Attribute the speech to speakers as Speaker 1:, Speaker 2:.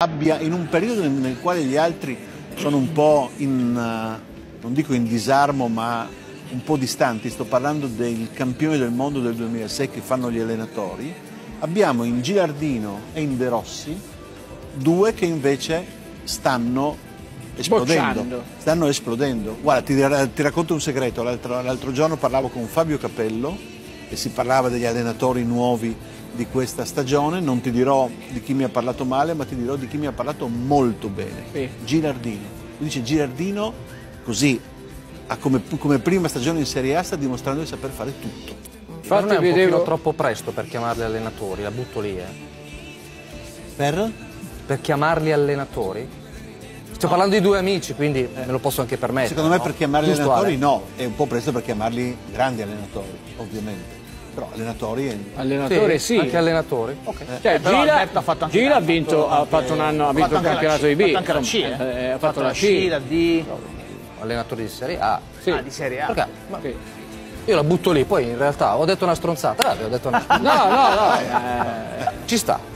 Speaker 1: abbia in un periodo nel quale gli altri sono un po' in, eh, non dico in disarmo, ma un po' distanti, sto parlando del campione del mondo del 2006 che fanno gli allenatori, abbiamo in Gilardino e in De Rossi due che invece stanno esplodendo.
Speaker 2: Bocciando.
Speaker 1: Stanno esplodendo. Guarda, ti, ra- ti racconto un segreto. L'altro, l'altro giorno parlavo con Fabio Capello e si parlava degli allenatori nuovi di questa stagione. Non ti dirò di chi mi ha parlato male, ma ti dirò di chi mi ha parlato molto bene.
Speaker 2: Sì.
Speaker 1: Girardino. Lui dice Girardino così ha come, come prima stagione in Serie A sta dimostrando di saper fare tutto.
Speaker 2: Infatti
Speaker 3: non è un
Speaker 2: vedevo-
Speaker 3: pochino troppo presto per chiamarli allenatori, la butto lì, eh.
Speaker 1: Per?
Speaker 3: Per chiamarli allenatori? Sto parlando di due amici, quindi me lo posso anche permettere.
Speaker 1: Eh. Secondo me
Speaker 3: no?
Speaker 1: per chiamarli
Speaker 3: Giusto,
Speaker 1: allenatori
Speaker 3: Ale?
Speaker 1: no, è un po' presto per chiamarli grandi allenatori, ovviamente. Però allenatori è...
Speaker 2: Allenatore sì.
Speaker 3: Anche allenatori.
Speaker 2: Cioè,
Speaker 4: Eh, però
Speaker 2: Gila,
Speaker 4: Alberto ha fatto anche-
Speaker 2: Gila ha
Speaker 4: ha fatto
Speaker 2: vinto, ha
Speaker 4: anche-
Speaker 2: fatto un anno, ha vinto il
Speaker 4: anche la
Speaker 2: campionato
Speaker 4: C,
Speaker 2: di B.
Speaker 4: ha fatto anche la C,
Speaker 2: insomma,
Speaker 4: eh.
Speaker 2: eh, ha fatto la
Speaker 4: C, la
Speaker 2: C.
Speaker 4: D.
Speaker 3: Allenatori di Serie A.
Speaker 2: Sì.
Speaker 4: Ah, di Serie A.
Speaker 3: Perché? Ma
Speaker 2: Sì.
Speaker 3: io Ah, la butto lì, poi in realtà ho detto una stronzata, eh, ho detto una
Speaker 2: No, no, no. eh,
Speaker 3: Ci sta.